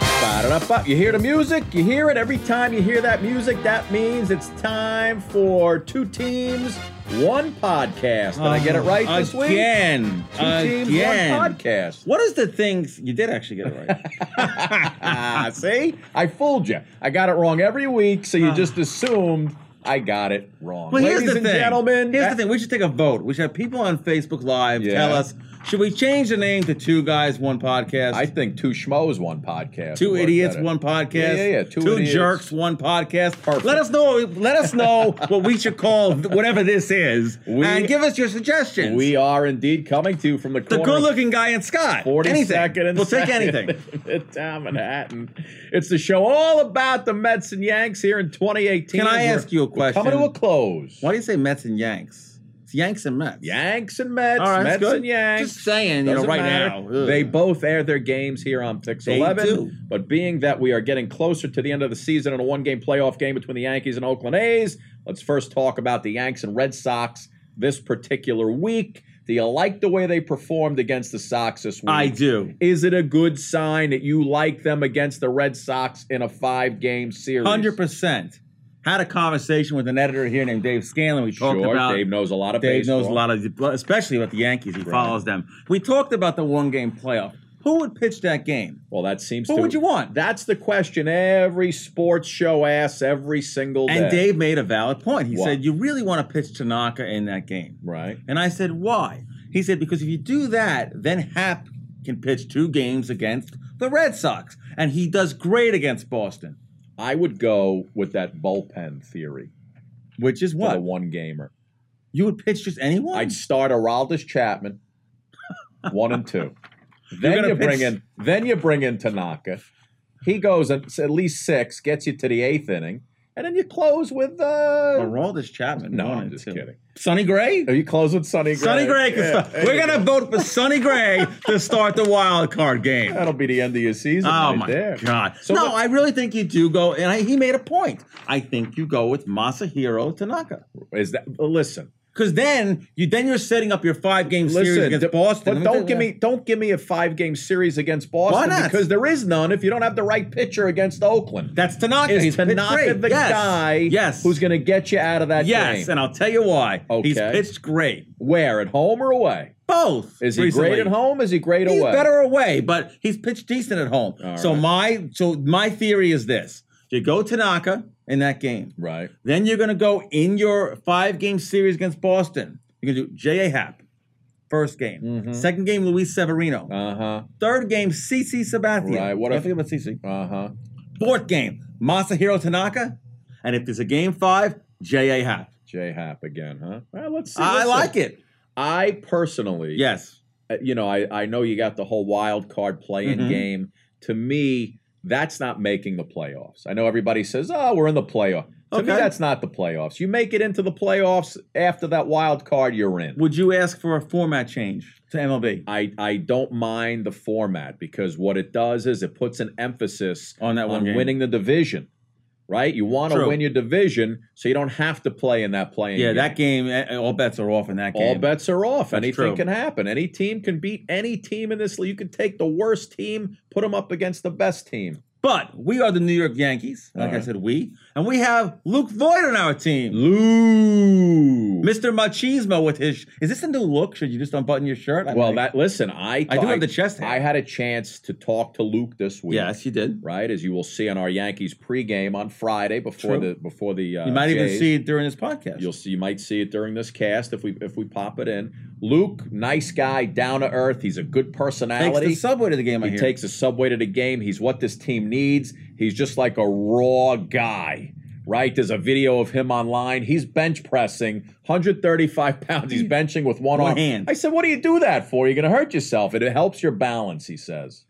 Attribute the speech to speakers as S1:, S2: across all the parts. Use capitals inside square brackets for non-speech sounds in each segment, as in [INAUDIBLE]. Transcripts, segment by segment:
S1: Ba-da-ba. You hear the music, you hear it. Every time you hear that music, that means it's time for two teams, one podcast. Did I get it right this week?
S2: Again.
S1: Two teams, one
S2: Again.
S1: podcast.
S2: What is the thing? You did actually get it right.
S1: Ah, [LAUGHS] see? I fooled you. I got it wrong every week, so you just assumed I got it wrong.
S2: [LAUGHS] Well,
S1: Ladies
S2: here's the
S1: and
S2: thing.
S1: gentlemen,
S2: here's
S1: that-
S2: the thing. We should take a vote. We should have people on Facebook Live
S1: Yeah.
S2: tell us: should we change the name to Two Guys One Podcast?
S1: I think two schmoes, one podcast.
S2: Two
S1: would work
S2: idiots,
S1: better.
S2: one podcast.
S1: Yeah, yeah, yeah. Two
S2: Two,
S1: idiots.
S2: jerks, one podcast.
S1: Perfect.
S2: Let us know. Let
S1: [LAUGHS]
S2: us know what we should call th- whatever this is,
S1: We-
S2: and give us your suggestions.
S1: We are indeed coming to you from the
S2: the
S1: corner. of
S2: good-looking guy and Scott.
S1: 40
S2: anything.
S1: second and
S2: we'll take
S1: second
S2: anything.
S1: [LAUGHS] Midtown Manhattan. It's the show all about the Mets and Yanks here in 2018.
S2: Can I
S1: We're-
S2: ask you a
S1: we're Coming to
S2: question?
S1: a close.
S2: Why do you say Mets and Yanks? It's Yanks and Mets.
S1: Yanks and Mets,
S2: All right,
S1: Mets
S2: that's good.
S1: and Yanks.
S2: Just saying, you know,
S1: Doesn't
S2: right
S1: matter.
S2: now. Ugh.
S1: They both air their games here on Pix
S2: They
S1: 11.
S2: do.
S1: But being that we are getting closer to the end of the season in a one game playoff game between the Yankees and Oakland A's, let's first talk about the Yanks and Red Sox this particular week. Do you like the way they performed against the Sox this week?
S2: I do.
S1: Is it a good sign that you like them against the Red Sox in a five game series?
S2: Hundred percent. Had a conversation with an editor here named Dave Scanlon. We talked
S1: Sure,
S2: about
S1: Dave knows a lot of
S2: Dave knows a
S1: baseball.
S2: lot of, especially about the Yankees. He
S1: Right.
S2: follows them. We talked about the one game playoff. Who would pitch that game?
S1: Well, that seems
S2: Who
S1: to.
S2: would you
S1: [LAUGHS]
S2: want?
S1: That's the question every sports show asks every single day.
S2: And Dave made a valid point. He
S1: What?
S2: said, "You really want to pitch Tanaka in that game?"
S1: Right.
S2: And I said, "Why?" He said, "Because if you do that, then Hap can pitch two games against the Red Sox, and he does great against Boston,
S1: I would go with that bullpen theory
S2: which is
S1: for the
S2: what
S1: one gamer.
S2: you would pitch just anyone." [LAUGHS]
S1: I'd start Araldis Chapman, one and two.
S2: You're
S1: Then
S2: gonna
S1: you bring
S2: pitch-
S1: in then you bring in Tanaka. He goes at at least six, gets you to the eighth inning, and then you close with uh
S2: Aroldis Chapman.
S1: No,
S2: one
S1: I'm
S2: and
S1: just
S2: two.
S1: kidding.
S2: Sonny Gray.
S1: You close with Sonny Gray.
S2: Sonny Gray. can
S1: Yeah,
S2: start.
S1: there
S2: [LAUGHS] We're
S1: you
S2: gonna
S1: go.
S2: vote for Sonny Gray to start the wild card game.
S1: That'll be the end of your season.
S2: Oh
S1: right
S2: my
S1: there.
S2: god!
S1: So
S2: no,
S1: what-
S2: I really think you do go, and I, he made a point. I think you go with Masahiro Tanaka
S1: Is that listen?
S2: because then you then you're setting up your five game series
S1: Listen,
S2: against
S1: d-
S2: Boston.
S1: But don't give me don't give me a five game series against Boston
S2: not?
S1: because there is none if you don't have the right pitcher against Oakland.
S2: that's Tanaka.
S1: is
S2: He's pitched
S1: Tanaka
S2: great.
S1: the
S2: yes.
S1: guy
S2: Yes.
S1: who's going to get you out of that
S2: yes,
S1: game?
S2: and I'll tell you why. He's
S1: Okay.
S2: pitched great.
S1: Where at home or away?
S2: Both.
S1: Is he
S2: recently.
S1: great at home? Is he great
S2: He's
S1: away?
S2: better away, but he's pitched decent at home.
S1: All
S2: so
S1: right.
S2: my so my theory is this: you go Tanaka in that game.
S1: Right.
S2: Then you're going to go in your five game series against Boston. You're going to do J.A. Happ, first game.
S1: Mhm.
S2: Second game, Luis Severino.
S1: Uh huh.
S2: Third game, CC Sabathia.
S1: Right, what
S2: I
S1: if-
S2: think about CC.
S1: Uh huh.
S2: Fourth game, Masahiro Tanaka. And if there's a game five, J.A. Happ.
S1: J Hap again, huh? Well, let's see.
S2: I
S1: Listen,
S2: like it.
S1: I personally,
S2: Yes.
S1: uh, you know, I I know you got the whole wild card play-in
S2: Mhm.
S1: game. To me, that's not making the playoffs. I know everybody says, "Oh, we're in the playoff." To me,
S2: Okay.
S1: that's not the playoffs. You make it into the playoffs after that wild card, you're in.
S2: Would you ask for a format change to MLB
S1: I, I don't mind the format because what it does is it puts an emphasis
S2: on that one
S1: on
S2: game?
S1: winning the division, right? You want to
S2: True.
S1: win your division so you don't have to play in that playing
S2: Yeah,
S1: game.
S2: that game, eh, all bets are off in that game.
S1: All bets are off.
S2: That's
S1: Anything
S2: true.
S1: can happen. Any team can beat any team in this league. You can take the worst team, put them up against the best team.
S2: But we are the New York Yankees. Like I
S1: Alright.
S2: said, we. And we have Luke Voigt on our team.
S1: Lou.
S2: Mr. Machismo with his. Is this a new look? Should you just unbutton your shirt? I
S1: Well,
S2: mean,
S1: that listen, I
S2: I do have the chest hair.
S1: I had a chance to talk to Luke this week.
S2: yes, you did.
S1: Right, as you will see on our Yankees pregame on Friday before the
S2: True.
S1: before the uh,
S2: You might even
S1: Jays.
S2: see it during this podcast.
S1: You'll see, you might see it during this cast if we if we pop it in. Luke, nice guy, down to earth. He's a good
S2: Takes the
S1: personality.
S2: subway to the game. I
S1: he
S2: hear.
S1: takes the subway to the game. He's what this team needs. He's just like a raw guy, right? There's a video of him online. He's bench pressing, 135 [LAUGHS] pounds. He's benching with one,
S2: One
S1: arm.
S2: hand.
S1: I said, "What do you do that for? You're going to hurt yourself. It, it helps your balance." He says.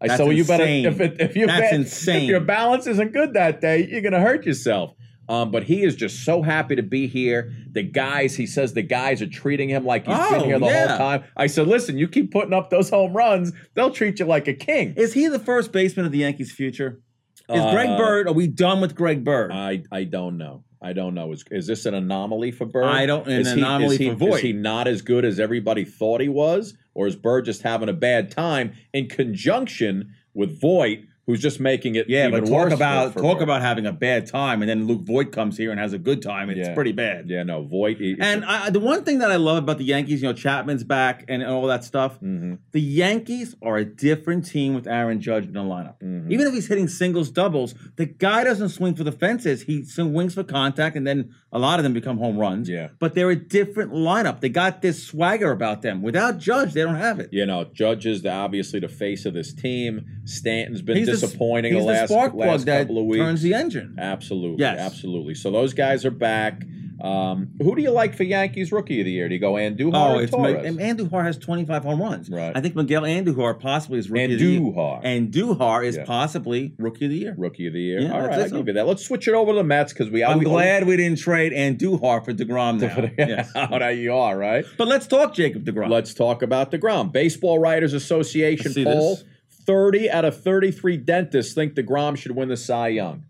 S1: I
S2: That's
S1: said, "Well, you better
S2: insane.
S1: if it, if you
S2: That's
S1: bet-
S2: insane.
S1: if your balance isn't good that day, you're going to hurt yourself." Um, but he is just so happy to be here. The guys, he says, the guys are treating him like he's been
S2: Oh,
S1: here the whole
S2: yeah.
S1: time. I said, listen, you keep putting up those home runs, they'll treat you like a king.
S2: Is he the first baseman of the Yankees' future? Is
S1: Uh,
S2: Greg Bird? Are we done with Greg Bird?
S1: I I don't know. I don't know. Is, is this an anomaly for Bird?
S2: I don't- an
S1: Is
S2: anomaly
S1: is he,
S2: for Voit.
S1: Is he not as good as everybody thought he was, or is Bird just having a bad time in conjunction with Voigt, who's just making it
S2: Yeah,
S1: even
S2: but
S1: worse
S2: talk
S1: for-
S2: about
S1: for
S2: talk
S1: Burke.
S2: about having a bad time, and then Luke Voigt comes here and has a good time. It's
S1: Yeah.
S2: pretty bad.
S1: yeah, no, Voight. he-
S2: And I, the one thing that I love about the Yankees, you know, Chapman's back and, and all that stuff.
S1: Mhm,
S2: The Yankees are a different team with Aaron Judge in the lineup.
S1: mhm.
S2: Even if he's hitting singles, doubles, the guy doesn't swing for the fences. He swings for contact, and then a lot of them become home runs.
S1: Yeah.
S2: But they're a different lineup. They got this swagger about them. Without Judge, they don't have it.
S1: you know, Judge is the, obviously the face of this team. Stanton's been
S2: He's the s-
S1: disappointing
S2: he's
S1: the last,
S2: spark plug
S1: last
S2: that
S1: couple of weeks.
S2: turns the engine.
S1: absolutely,
S2: Yes.
S1: absolutely. So those guys are back. Um, who do you like for Yankees Rookie of the Year? Do you go Andujar
S2: Oh,
S1: or
S2: it's Ma-
S1: Torres?
S2: and Andujar has 25 home runs.
S1: Right.
S2: I think Miguel Andujar possibly is rookie of
S1: Andujar.
S2: the year. Andujar is
S1: Yeah.
S2: possibly rookie of the year.
S1: Rookie of the Year.
S2: Yeah,
S1: All
S2: that's
S1: right,
S2: it.
S1: I'll give you that. Let's switch it over to the Mets because we.
S2: I'm
S1: we-
S2: glad we didn't trade Andujar for
S1: [LAUGHS]
S2: Degrom now. Yes.
S1: How that you are, right?
S2: But let's talk Jacob Degrom.
S1: Let's talk about DeGrom. Baseball Writers Association
S2: Let's see
S1: poll.
S2: this.
S1: 30 out of 33 dentists think DeGrom should win the Cy Young.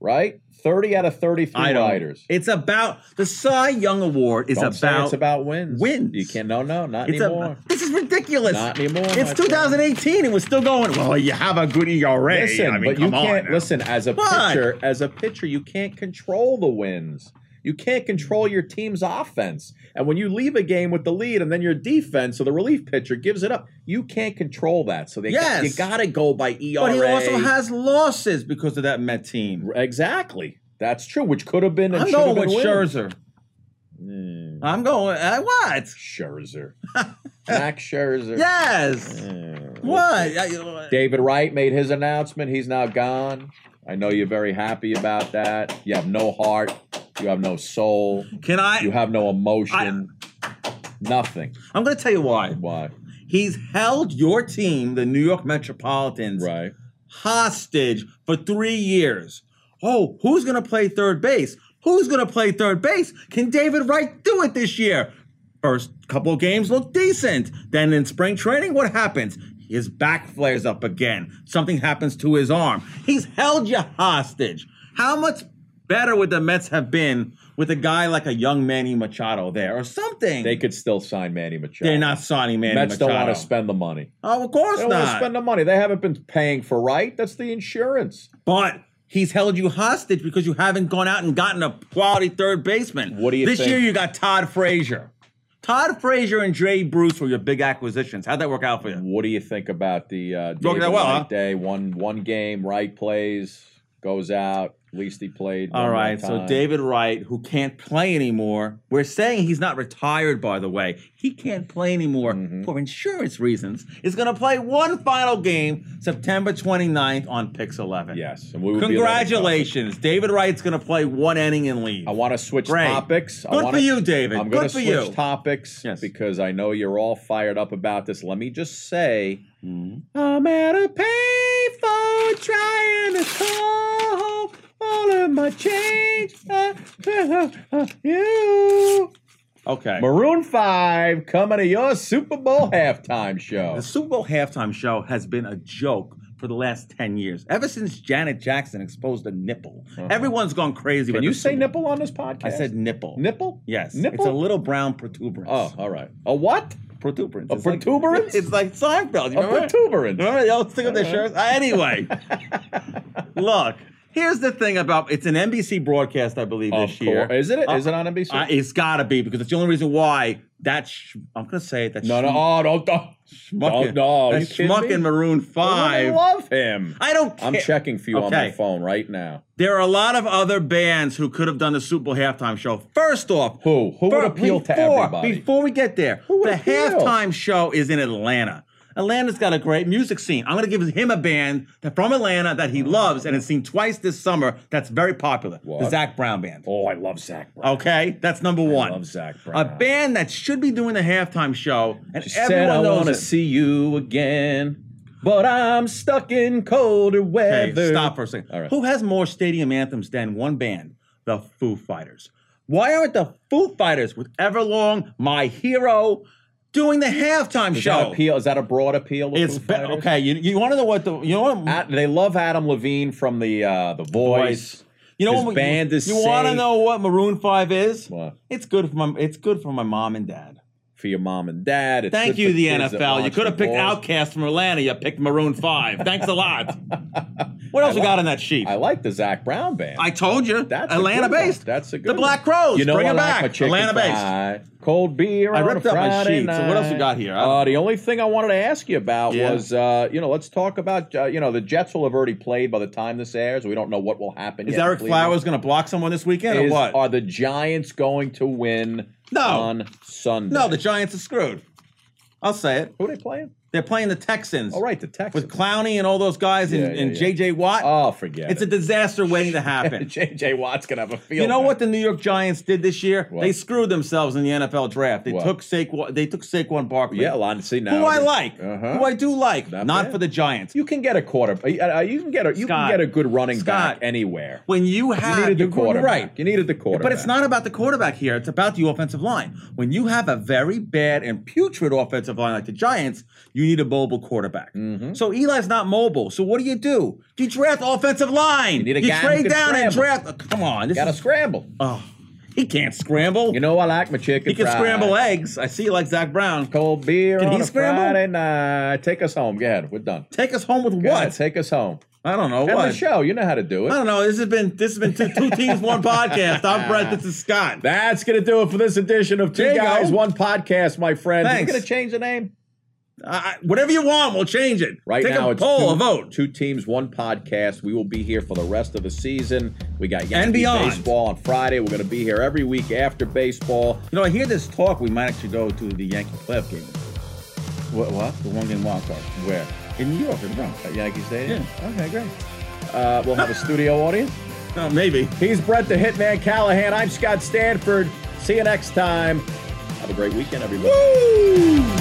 S1: Right? 30 out of 33
S2: I don't-
S1: writers.
S2: It's about the Cy Young Award is
S1: Don't say
S2: about,
S1: it's about wins.
S2: wins.
S1: You can no no not
S2: it's a-
S1: anymore.
S2: this is ridiculous.
S1: not anymore.
S2: it's
S1: my friend.
S2: 2018 and we're still going. Well, you have a good ERA.
S1: Listen,
S2: I mean,
S1: but you
S2: come on
S1: can't
S2: now.
S1: listen as a
S2: What?
S1: pitcher. As a pitcher, you can't control the wins. You can't control your team's offense. And when you leave a game with the lead, and then your defense or the relief pitcher gives it up, you can't control that. So they
S2: Yes.
S1: you got to go by E ERA.
S2: But he also has losses because of that Met team.
S1: exactly. That's true. Which could have been. and
S2: I'm
S1: should have been
S2: going with
S1: wins.
S2: Scherzer.
S1: Mm,
S2: I'm going. Uh, what?
S1: Hmm.
S2: [LAUGHS]
S1: Scherzer. Max Scherzer.
S2: Yes.
S1: Mm,
S2: What? I- uh,
S1: David Wright made his announcement. He's now gone. I know you're very happy about that. You have no heart. You have no soul.
S2: Can
S1: You
S2: I?
S1: have no emotion. Nothing.
S2: I'm going to tell you why.
S1: Why?
S2: He's held your team, the New York Metropolitans,
S1: Right.
S2: hostage for three years. Oh, who's going to play third base? Who's going to play third base? Can David Wright do it this year? First couple of games look decent. Then in spring training, what happens? His back flares up again. Something happens to his arm. He's held you hostage. How much better would the Mets have been with a guy like a young Manny Machado there or something?
S1: They could still sign Manny Machado.
S2: They're not signing Manny
S1: Mets
S2: Machado.
S1: don't want to spend the money.
S2: Oh, of course
S1: They don't want to
S2: not.
S1: spend the money. They haven't been paying for right. That's the insurance.
S2: But he's held you hostage because you haven't gone out and gotten a quality third baseman.
S1: What do you
S2: This
S1: think-
S2: year you got Todd Frazier. Todd Frazier and Dre Bruce were your big acquisitions. How'd that work out for you?
S1: What do you think about the uh,
S2: Don't
S1: David
S2: get that well,
S1: Wright
S2: huh?
S1: day? One one game. Wright plays, goes out. At least he played. one
S2: All
S1: more
S2: right, so
S1: time.
S2: David Wright, who can't play anymore, we're saying he's not retired, by the way. He can't play anymore
S1: Mhm.
S2: for insurance reasons, is going to play one final game September 29th on Pix 11.
S1: Yes, and we would be letting go.
S2: Congratulations. David Wright's going to play one inning and leave.
S1: I want to switch
S2: Great.
S1: topics. I
S2: Good
S1: wanna-
S2: for you, David.
S1: I'm going to
S2: Good for
S1: switch
S2: you.
S1: topics
S2: Yes.
S1: because I know you're all fired up about this. Let me just say,
S2: Mhm.
S1: I'm at a pay for trying to call home all of my change. uh, uh, uh, you.
S2: Okay.
S1: Maroon Five coming to your Super Bowl halftime show.
S2: The Super Bowl halftime show has been a joke for the last 10 years. Ever since Janet Jackson exposed a nipple,
S1: Uh-huh.
S2: everyone's gone crazy.
S1: Can
S2: about
S1: you
S2: the
S1: say
S2: Super-
S1: nipple on this podcast?
S2: I said nipple.
S1: nipple.
S2: Yes. It's
S1: Nipple?
S2: a little brown protuberance.
S1: Oh, all right. A what?
S2: protuberance.
S1: A
S2: It's like-
S1: protuberance?
S2: [LAUGHS] it's like Seinfeld. You
S1: A
S2: remember?
S1: protuberance.
S2: Remember they all stick up their
S1: All right.
S2: shirts? Uh, Anyway, look, here's the thing about it's an NBC broadcast, I believe,
S1: Of
S2: this year.
S1: course. Is it? Is
S2: Uh,
S1: it on NBC?
S2: Uh, it's got to be because it's the only reason why that sh- I'm going to say it. That
S1: no, no.
S2: schmuck-
S1: Oh, don't. don't.
S2: Schmuckin,
S1: no, you
S2: that
S1: kidding
S2: schmuck
S1: me?
S2: in Maroon
S1: I
S2: Five.
S1: love him.
S2: I don't. Care.
S1: I'm checking for you on my
S2: Okay.
S1: phone right now.
S2: There are a lot of other bands who could have done the Super Bowl halftime show. First off,
S1: Who? Who would
S2: fir-
S1: appeal to
S2: before,
S1: everybody?
S2: Before we get there,
S1: Who would
S2: the
S1: appeal?
S2: halftime show is in Atlanta. Atlanta's got a great music scene. I'm going to give him a band that from Atlanta that he loves and has seen twice this summer. That's very popular.
S1: What?
S2: The Zach Brown Band.
S1: oh, I love Zach Brown.
S2: Okay, that's number one.
S1: I love Zach
S2: a
S1: Brown.
S2: band that should be doing the halftime show, and
S1: She said
S2: Oh, everyone
S1: I
S2: knows
S1: want to
S2: it.
S1: see you again, but I'm stuck in colder
S2: Okay,
S1: weather.
S2: stop for a second.
S1: All right.
S2: Who has more stadium anthems than one band? The Foo Fighters. Why aren't the Foo Fighters with Everlong, My Hero, doing the halftime
S1: Is that
S2: show?
S1: appeal? Is that a broad appeal? To
S2: It's
S1: Foo
S2: be-
S1: Fighters?
S2: okay. You, you want to know what the you know what,
S1: At- they love Adam Levine from the uh, the Voice.
S2: you know
S1: his
S2: what
S1: band is
S2: you want to
S1: safe.
S2: know what Maroon Five is?
S1: What?
S2: It's good for my it's good for my mom and dad.
S1: for your mom and dad. It's
S2: Thank
S1: good
S2: you,
S1: for
S2: the
S1: kids that
S2: NFL. You
S1: watch
S2: could have picked
S1: football.
S2: Outcast from Atlanta. You picked Maroon 5. Thanks
S1: [LAUGHS]
S2: a lot. What else we got on that sheet?
S1: I like the Zach Brown band.
S2: I told you.
S1: That's a good
S2: Atlanta based.
S1: one. That's a good
S2: The
S1: one.
S2: Black Crows.
S1: You know
S2: Bring
S1: I
S2: it
S1: like
S2: back.
S1: my chicken
S2: Atlanta based.
S1: fry, Cold beer.
S2: I
S1: on a
S2: ripped up my
S1: Friday
S2: sheet, so what else we
S1: night.
S2: got here? I-
S1: Uh, the only thing I wanted to ask you about
S2: Yeah.
S1: was, uh, you know, let's talk about, uh, you know, the Jets will have already played by the time this airs. We don't know what will happen.
S2: Is
S1: yet in
S2: Eric
S1: Cleveland.
S2: Flowers going to block someone this weekend
S1: Is-
S2: or what?
S1: Are the Giants going to win
S2: No.
S1: on Sunday?
S2: no, the Giants are screwed. I'll say it.
S1: Who are they playing?
S2: They're playing the Texans.
S1: All right, the Texans.
S2: With Clowney and all those guys and,
S1: Yeah, yeah,
S2: and
S1: yeah.
S2: J.J. Watt.
S1: oh, forget
S2: it's a
S1: it.
S2: disaster waiting
S1: [LAUGHS]
S2: to happen.
S1: J.J. Watt's going to have a field.
S2: You know
S1: day.
S2: what the New York Giants did this year?
S1: What?
S2: They screwed themselves in the NFL draft. They
S1: What?
S2: took Saquon. They took Saquon Barkley.
S1: Yeah, Lon, see now.
S2: who I like,
S1: Uh-huh.
S2: who I do like,
S1: Not
S2: not
S1: bad.
S2: for the Giants.
S1: You can get a quarter. uh, uh, You can get a. You
S2: Scott.
S1: can get a good running back
S2: Scott.
S1: anywhere.
S2: When you
S1: You
S2: have
S1: needed the
S2: you're
S1: quarterback.
S2: right?
S1: You needed the quarterback.
S2: But it's not about the quarterback here. It's about the offensive line. When you have a very bad and putrid offensive line like the Giants, you need a mobile quarterback.
S1: Mhm.
S2: So Eli's not mobile. So what do you do? You draft offensive line.
S1: You need a guy who
S2: trade
S1: can
S2: down and
S1: scramble.
S2: draft. oh, come on, this
S1: Got to
S2: is,
S1: scramble.
S2: oh, he can't scramble.
S1: You know I like my chicken.
S2: he can
S1: fried.
S2: scramble eggs. I see, you like Zach Brown.
S1: Cold beer
S2: Can
S1: on
S2: he
S1: a
S2: scramble?
S1: Friday night. Take us home. Go ahead. We're done.
S2: Take us home with
S1: Go ahead,
S2: what?
S1: Take us home.
S2: I don't know
S1: End
S2: what.
S1: the show. You know how to do
S2: I
S1: it.
S2: don't know. This has been this has been two,
S1: [LAUGHS]
S2: two teams, one podcast. I'm Brett. This is Scott.
S1: That's gonna do it for this edition of
S2: There
S1: Two
S2: you go.
S1: Guys One Podcast, my friend.
S2: Thanks.
S1: We're gonna change the name.
S2: I- I- whatever you want, we'll change it.
S1: Right
S2: Take
S1: now,
S2: a
S1: it's two,
S2: poll, a vote.
S1: Two teams, one podcast. We will be here for the rest of the season. We got Yankee
S2: And beyond.
S1: baseball on Friday. We're going to be here every week after baseball.
S2: You know, I hear this talk. We might actually go to the Yankee playoff game. What? What? The one game wild card
S1: Where?
S2: in New York, in the Bronx.
S1: At Yankee Stadium. Okay, great. Uh, we'll have a studio audience.
S2: Uh, maybe.
S1: He's Brett the Hitman Callahan. I'm Scott Stanford. See you next time. Have a great weekend, everybody.
S2: Woo!